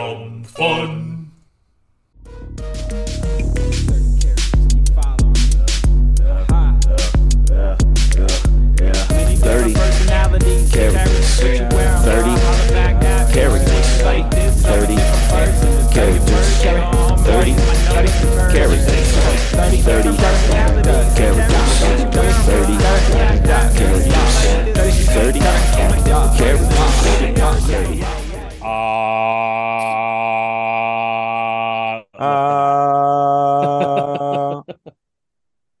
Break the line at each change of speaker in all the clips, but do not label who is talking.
Dumb fun.
Thirty characters. Thirty characters. Like thirty characters. Thirty characters. Thirty characters. Thirty characters. Thirty characters.
Uh, Ah.
Uh,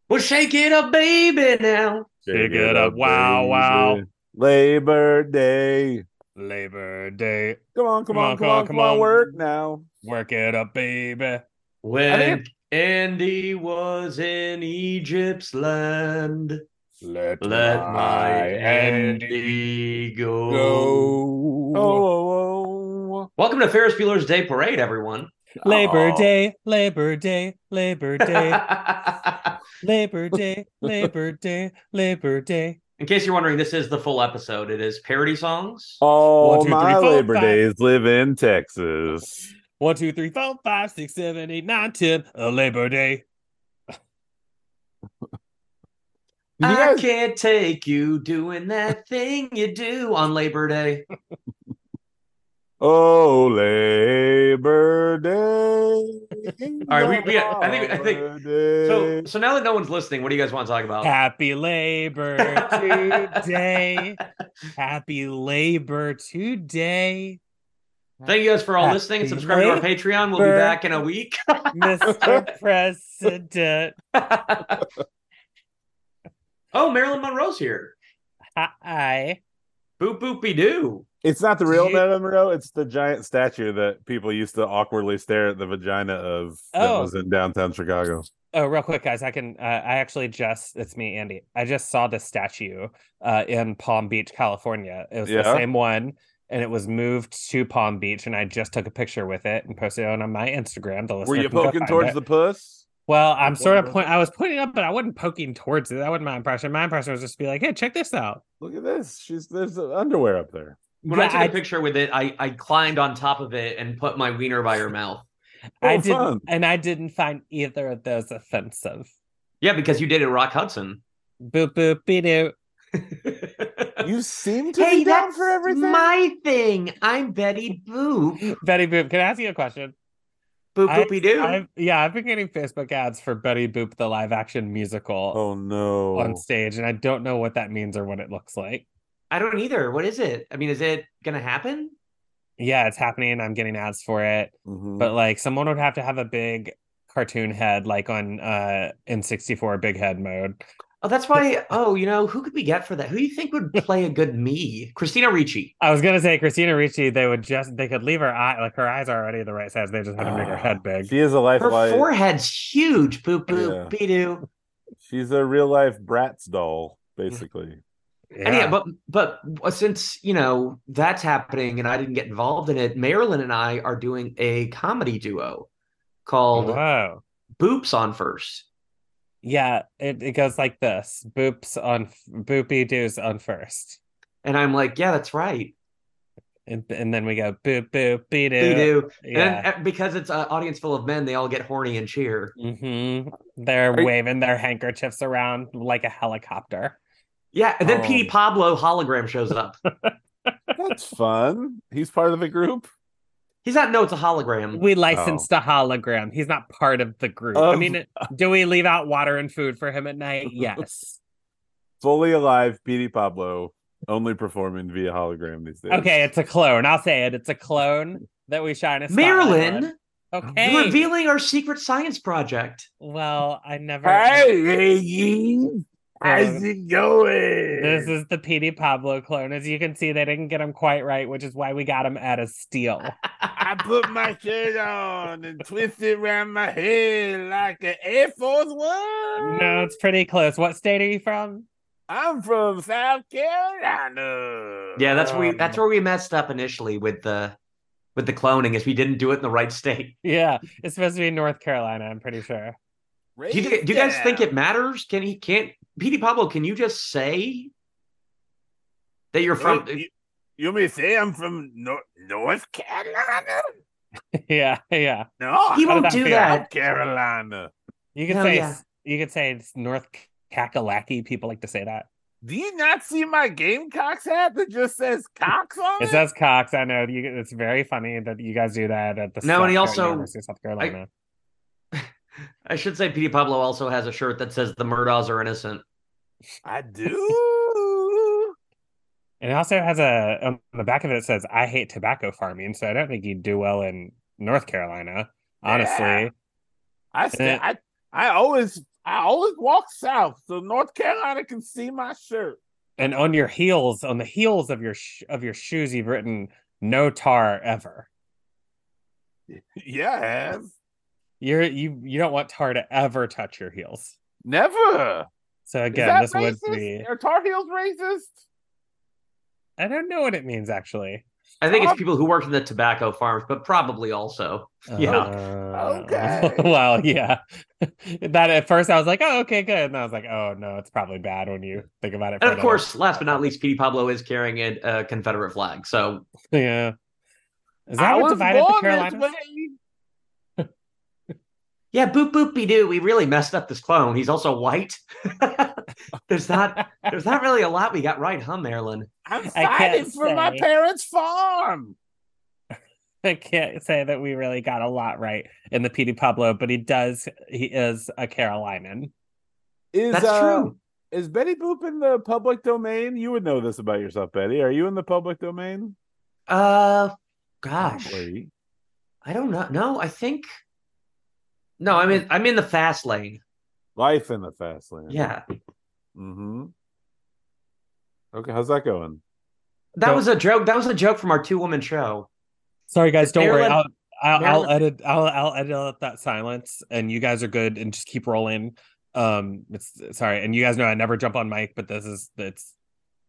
Well, shake it up, baby, now.
Dig it up, wow, wow.
baby. Labor Day.
Labor Day.
Come on, come on, come on, come on, work now.
Work it up, baby.
When Andy was in Egypt's land,
Let,
let my
Andy
Andy go.
go.
Oh, oh, oh.
Welcome to Ferris Bueller's Day Parade, everyone.
Labor
Aw.
Day, Labor Day, Labor Day,
in
Labor Day, Labor Day, Labor Day.
case you're wondering, this is the full episode. It is parody songs.
Oh,
All
One, two, three,
Oh, my
four,
Labor
five.
Days live in Texas.
One, two, three, four, five, six, seven, eight, nine, ten. A Labor Day.
You
I
guys,
can't take you doing that thing you do on Labor Day.
oh, Labor Day.
All right, we- we- I think- I think- So, so now that no one's listening, what do you guys want to talk about?
Happy Labor Today. Happy Labor Today.
Thank you guys for all
Happy
listening and subscribing to our Patreon. We'll be
Labor
back in a week.
Mr. President.
oh, Marilyn Monroe's here.
Hi.
Boop boopy doo.
it's not the real
you-
Marilyn Monroe. It's the giant statue that people used to awkwardly stare at the vagina of that
Oh.
was in downtown Chicago.
Oh, real quick, guys! I can. Uh, I actually just—it's me, Andy. I just saw this statue uh, in Palm Beach, California. It was
Yeah?
the same one, and it was moved to Palm Beach. And I just took a picture with it and posted it on my Instagram. The
Were
listener
you
can go
poking
find
towards
it.
the puss?
Well, I'm sort of
Whatever.
point. I was pointing up, but I wasn't poking towards it. That wasn't my impression. My impression was just to be like, "Hey, check this out."
Look at this. She's there's underwear up there.
When I
Yeah,
took a picture with it, I, I climbed on top of it and put my wiener by her mouth.
I
Oh,
didn't,
fun.
and I didn't find either of those offensive.
Yeah, because you dated Rock Hudson.
Boop boop be doo.
You seem to be down for everything.
my thing. I'm Betty Boop.
Betty Boop. Can I ask you a question?
Boop
I-
boopy doo.
I've, yeah, I've been getting Facebook ads for Betty Boop the live action musical
Oh no.
on stage, and I don't know what that means or what it looks like.
I don't either. What is it? I mean, is it gonna happen?
Yeah, it's happening. I'm getting ads for it,
Mhm.
but like someone would have to have a big cartoon head, like on uh N64 big head mode.
Oh, that's why. Oh, you know, who could we get for that? Who do you think would play a good me? Christina Ricci.
I was gonna say Christina Ricci. They would just they could leave her eye like her eyes are already the right size. They just had to make her head big.
Ah, she is a
Her
lifelike.
forehead's huge. Boop
Yeah.
boop be doo.
She's a real life Bratz doll, basically.
Yeah. And yeah, but but since you know that's happening and I didn't get involved in it, Marilyn and I are doing a comedy duo called
Whoa.
Boops on First.
Yeah, it, it goes like this. Boops on f- boopy doos on first.
And I'm like, yeah, that's right.
and, and then we go boop boop be doo
They do. And
yeah
then, uh, because it's an audience full of men, they all get horny and cheer.
hmm they're
you-
waving their handkerchiefs around like a helicopter
Yeah. And then
Oh.
Petey Pablo hologram shows up.
That's fun. He's part of the group.
He's not, no, it's a hologram.
we licensed a hologram he's not part of the group i
Of-
mean do we leave out water and food for him at night yes
Fully alive, Petey Pablo, only performing via hologram these days.
okay it's a clone i'll say it it's a clone that we shine a spotlight
Marilyn,
on.
you're
okay
revealing our secret science project.
well i never
Hey,
How's
it going?
this is the Petey Pablo clone. As you can see, they didn't get him quite right, which is why we got him at a steal.
I put my shirt on and twist it around my head like an Air Force One.
no, it's pretty close. What state are you from?
I'm from South Carolina.
Yeah, that's where we,
Um,
that's where we messed up initially with the with the cloning is we didn't do it in the right state.
Yeah, it's supposed to be North Carolina. I'm pretty sure.
Do you, do you guys think it matters? Can he can't Petey Pablo? Can you just say that you're from?
You, you may say I'm from North, North Carolina.
yeah, yeah.
No,
He
How did
won't
that
do
feel?
that.
Carolina.
You could
Hell
say
yeah.
s- you could say it's North Kakalaki. People like to say that.
Do you not see my Gamecocks hat that just says Cox
Oh,
on it?
It says Cox. I know you, it's very funny that you guys do that at the
No, and he
South-
also-
University of South Carolina.
I should say Petey Pablo also has a shirt that says the Murdaws are innocent.
I do.
and it also has a on the back of it, it says "I hate tobacco farming," so I don't think you'd do well in North Carolina, honestly.
Yeah. I, sta-
And
I I always I always walk south so North Carolina can see my shirt.
And on your heels, on the heels of your sh- of your shoes, you've written "No tar ever."
Yeah, I have.
You're you you don't want tar to ever touch your heels.
never.
So
Is
again,
that
this
racist?
would be
Are Tar Heels racist?
I don't know what it means actually.
I think it's
Prob-
people who work in the tobacco farms, but probably also. Yeah.
Uh,
Okay.
well, yeah. that at first I was like, oh, okay, good. And I was like, oh no, it's probably bad when you think about it. for
And of
another-
course, last but not least, Petey Pablo is carrying a, a Confederate flag. So
yeah. Is that what divided the Carolinas?
yeah, boop boop be doo. We really messed up this clone. He's also white. there's not there's not really a lot we got right, huh, Marilyn?
I'm
I can't
fighting for my
say.
parents' farm.
I can't say that we really got a lot right in the PD Pablo, but he does. He is a Carolinan.
Is,
That's
uh,
true.
Is Betty Boop in the public domain? You would know this about yourself, Betty. Are you in the public domain?
Uh gosh.
Probably.
I don't know. No, I think No, I'm in I'm in the fast lane.
Life in the fast lane.
Yeah.
Mm-hmm. Okay, how's that going?
That
Don't-
was a joke. That was a joke from our two woman show.
Sorry, guys, don't worry. I'll,
Maryland-
I'll, I'll
Maryland-
edit. I'll, I'll edit out that silence, and you guys are good, and just keep rolling. Um, it's sorry, and you guys know I never jump on mic, but this is it's,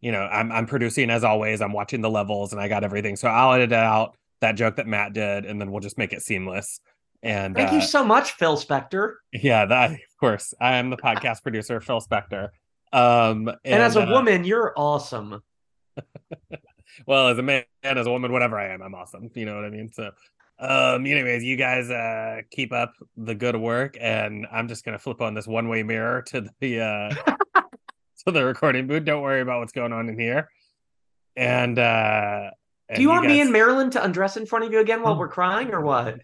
you know, I'm I'm producing as always. I'm watching the levels, and I got everything. So I'll edit out that joke that Matt did, and then we'll just make it seamless. And
Thank
uh,
you so much, Phil Spector.
yeah, that of course. I am the podcast producer, Phil Spector. Um, and,
And, as a
uh,
woman, you're awesome.
well as a man as a woman whatever i am i'm awesome you know what i mean so um anyways you guys uh keep up the good work and i'm just gonna flip on this one way mirror to the uh to the recording booth don't worry about what's going on in here and uh
Do you, want me
guys-
and Marilyn to undress in front of you again while we're crying or what?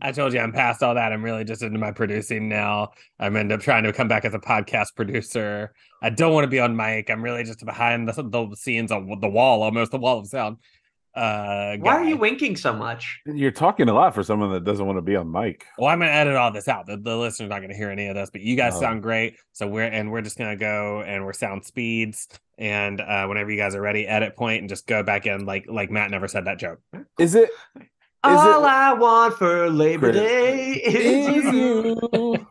I told you I'm past all that. I'm really just into my producing now. I'm end up trying to come back as a podcast producer. I don't want to be on mic. I'm really just behind the, the scenes on the wall, almost the wall of sound. Uh,
Why are
guy.
you winking so much?
You're talking a lot for someone that doesn't want to be on mic.
Well, I'm gonna edit all this out. The, the listener's not gonna hear any of this, but you guys
Oh.
sound great. So we're and we're just gonna go and we're sound speeds. And uh, whenever you guys are ready, edit point and just go back in like like Matt never said that joke.
Is it Is it-
All I want for Labor
Credit.
Day is
Is
you.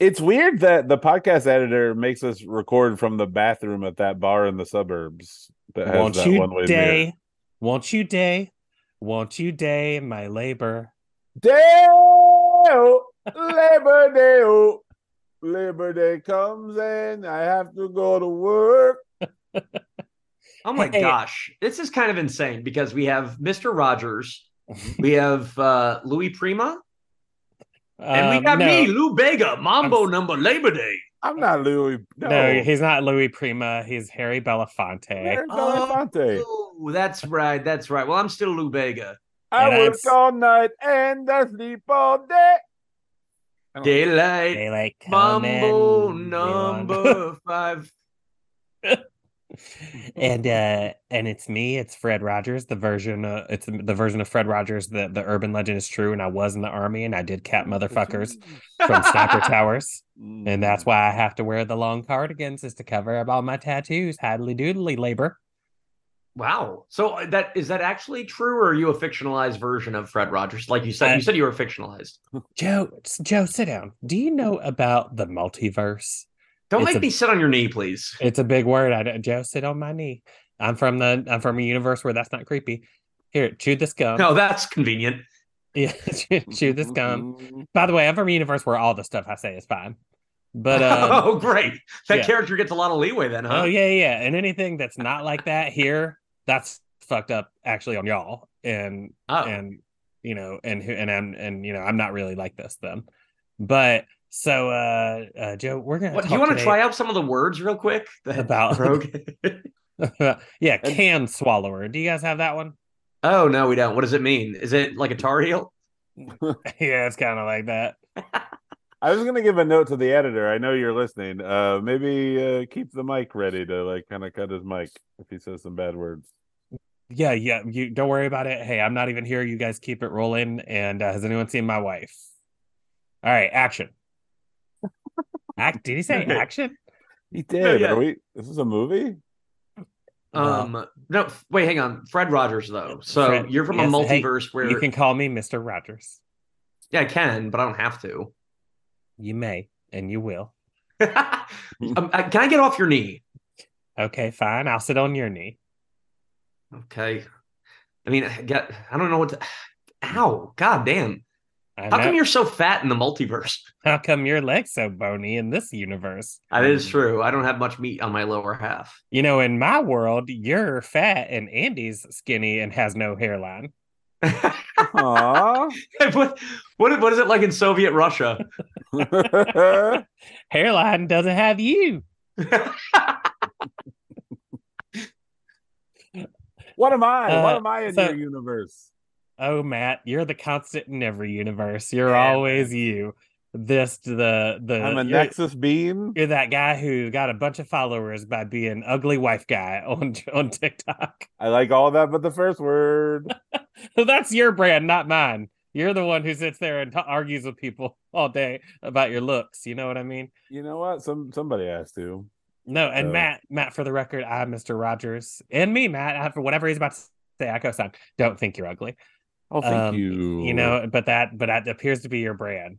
It's weird that the podcast editor makes us record from the bathroom at that bar in the suburbs that has
won't
that one way
you
mirror.
day? Won't you day? Won't you day my labor?
Day Labor Day oh. Labor Day comes and I have to go to work.
Oh my
Hey.
gosh. This is kind of insane because we have Mr. Rogers, we have uh, Louis Prima, and we
Um,
got
no,
me, Lou Bega, Mambo
I'm-
number Labor Day.
I'm not Louis. No,
No. he's not Louis Prima. He's Harry Belafonte.
Where's
Oh.
Belafonte?
Ooh, that's right. That's right. Well, I'm still Lou Bega.
And
I
I'm
work
s-
all night and I sleep all day. Oh.
Daylight,
They like come
Mambo
and they want-
number five.
and uh and it's me it's fred rogers the version uh it's the version of fred rogers that the urban legend is true and i was in the army and i did cap motherfuckers from sniper towers
Mm-hmm.
and that's
Mm.
why i have to wear the long cardigans is to cover up all my tattoos hiddly doodly labor
Wow. So uh, that is that actually true, or are you a fictionalized version of Fred Rogers? Like you said,
I-
you said you were fictionalized.
joe joe sit down do you know about the multiverse
Don't
It's
make
a-
me sit on your knee, please.
It's a big word. I don't- Joe sit on my knee. I'm from the I'm from a universe where that's not creepy. Here, chew this gum.
No, that's convenient.
Yeah, chew, chew this gum.
Mm-hmm.
By the way, I'm from a universe where all the stuff I say is fine. But um, oh,
oh, great. That
yeah.
character gets a lot of leeway then, huh?
oh yeah, yeah, and anything that's not like that here, that's fucked up actually on y'all. and
Oh,
and you know and who and I'm and you know I'm not really like this then, but so uh, uh Joe, we're gonna
what, do
talk
you want to
today
try out some of the words real quick? that
About-
Brogan-
yeah
And-
can swallower. Do you guys have that one?
oh no, we don't. What does it mean? Is it like a tar heel?
yeah, it's kind of like that.
I was gonna give a note to the editor. I know you're listening. Uh, maybe uh, keep the mic ready to like kind of cut his mic if he says some bad words.
Yeah, yeah. You don't worry about it. Hey, I'm not even here. You guys keep it rolling. And uh, has anyone seen my wife? All right, action. Act? Did he say action?
He did.
yeah.
Are we? This is a movie.
Um, no. f- Wait, hang on. Fred Rogers though. So
Fred-
you're from a
yes, hey,
multiverse where
You can call me Mister Rogers.
yeah, I can, but I don't have to.
You may and you will.
um, uh, can I get off your knee?
Okay, fine. I'll sit on your knee.
Okay. I mean, I get. I don't know what. To, ow! God damn!
I
How
know.
come you're so fat in the multiverse?
How come your leg's so bony in this universe?
That is true. I don't have much meat on my lower half.
You know, in my world, you're fat and Andy's skinny and has no hairline.
Aww.
what, what what is it like in Soviet Russia?
Hairline doesn't have you.
what am I? what
Uh,
am I in
so-
your universe?
Oh, Matt, you're the constant in every universe. You're
Yeah,
always you. This the the
I'm a
you're,
Nexus beam.
you're that guy who got a bunch of followers by being ugly wife guy on on TikTok.
I like all that, but the first word.
That's your brand, not mine. You're the one who sits there and t- argues with people all day about your looks. You know what I mean?
You know what? Some somebody has to.
No, and
So-
Matt, Matt, for the record, I'm Mr. Rogers, and me, Matt, I, for whatever he's about to say, I co-sign. Don't think you're ugly.
Oh, thank
Um,
you.
You know, but that but that appears to be your brand.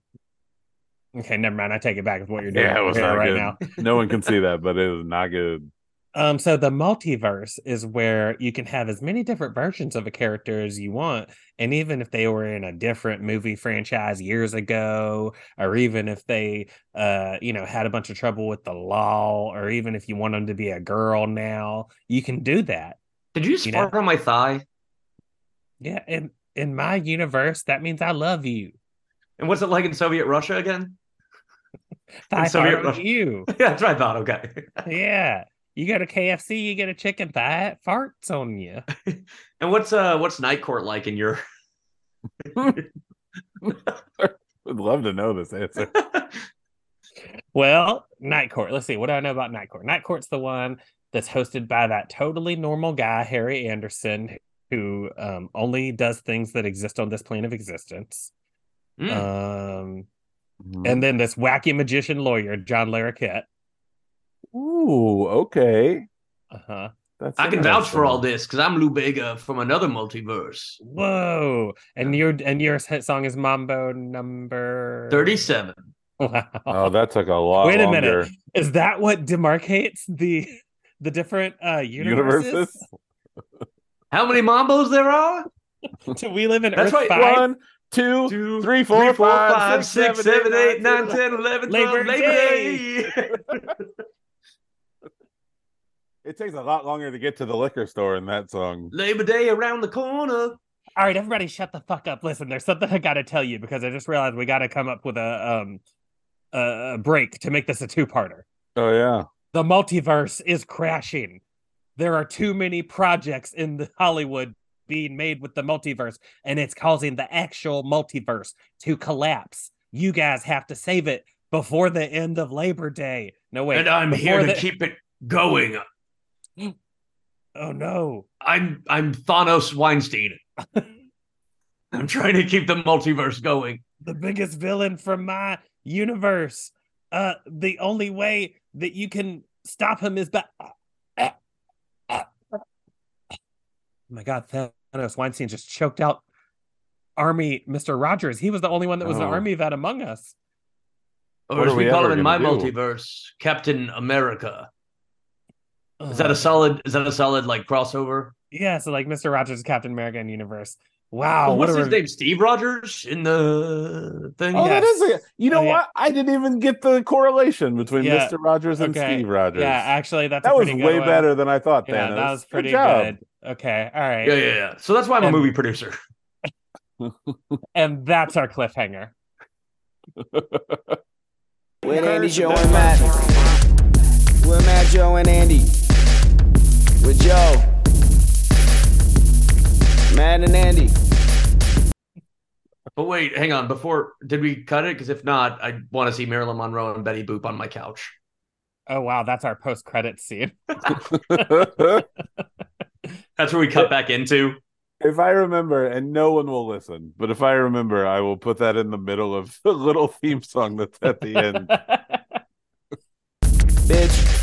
Okay, never mind. I take it back with what you're doing
Yeah, it
with
was
your hair
not
right
good.
now.
no one can see that, but it is not good.
Um, so the multiverse is where you can have as many different versions of a character as you want, and even if they were in a different movie franchise years ago, or even if they, uh, you know, had a bunch of trouble with the law, or even if you want them to be a girl now, you can do that.
Did you just
You know-
fart on my thigh?
Yeah, in in my universe, that means I love you.
And what's it like in Soviet Russia again?
I
so you're-
thought of you.
yeah, that's what I thought. Okay.
Yeah. You go to KFC, you get a chicken thigh, it farts on you.
And what's uh what's night court like in your?
Would love to know this answer.
Well, Night Court. Let's see. What do I know about Night Court? Night Court's the one that's hosted by that totally normal guy, Harry Anderson, who um, only does things that exist on this plane of existence.
Mm.
Um, and then this wacky magician lawyer, John Larroquette.
Ooh, okay.
Uh huh.
That's
I can vouch for
interesting.
all this because I'm Lou Bega from another multiverse.
Whoa! And your and your hit song is Mambo number
Thirty-seven.
Wow.
Oh, that took a lot.
Wait a minute.
longer.
Is that what demarcates the the different uh universes?
Universes.
How many mambos there are?
Do we live in
That's
Earth
right,
five?
One, two,
Two,
three, four,
three, four,
five,
five,
six,
six,
seven,
seven,
eight,
eight,
nine,
nine, 10, 11,
Labor
12, Labor
Day.
Day.
It takes a lot longer to get to the liquor store in that song.
Labor Day around the corner.
All right, everybody, shut the fuck up. Listen, there's something I gotta tell you because I just realized we gotta come up with a um a a break to make this a two-parter.
Oh yeah.
The multiverse is crashing. There are too many projects in the Hollywood being made with the multiverse, and it's causing the actual multiverse to collapse. You guys have to save it before the end of Labor Day. No wait,
and uh, I'm here
before
to
the-
keep it going.
Oh no.
I'm I'm Thanos Weinstein. I'm trying to keep the multiverse going.
the biggest villain from my universe. Uh, the only way that you can stop him is by. oh my God, Thanos Weinstein just choked out Army Mr. Rogers. He was the only one that was an
Oh.
army vet among us.
Or
What
as
are
we,
we
call
ever
him in my
gonna do?
multiverse, Captain America.
Uh.
Is that a solid is that a solid like crossover?
Yeah, so like Mr. Rogers, is Captain America in universe. Wow. what
what's
a
his
rev-
name? Steve Rogers in the thing.
Oh, that
Yes.
is a, you know
Oh, yeah.
what? I didn't even get the correlation between
Yeah.
Mr. Rogers and
Okay.
Steve Rogers.
Yeah, actually, that's
that
a
was
pretty good
way
one.
better than I thought.
Yeah,
Thanos.
that was pretty
job.
good. Okay, all right,
Yeah, yeah, yeah. So that's why I'm a
And-
movie producer.
and that's our cliffhanger.
With Andy, Joe, and Matt. With Matt, Joe, and Andy. With Joe. Matt and Andy.
But wait, hang on. Before did we cut it? Because if not, I want to see Marilyn Monroe and Betty Boop on my couch.
Oh wow, that's our post-credit scene.
That's where we cut back into.
if I remember, and no one will listen, but if I remember, I will put that in the middle of the little theme song that's at the end.
Bitch.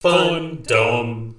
Fun Dome.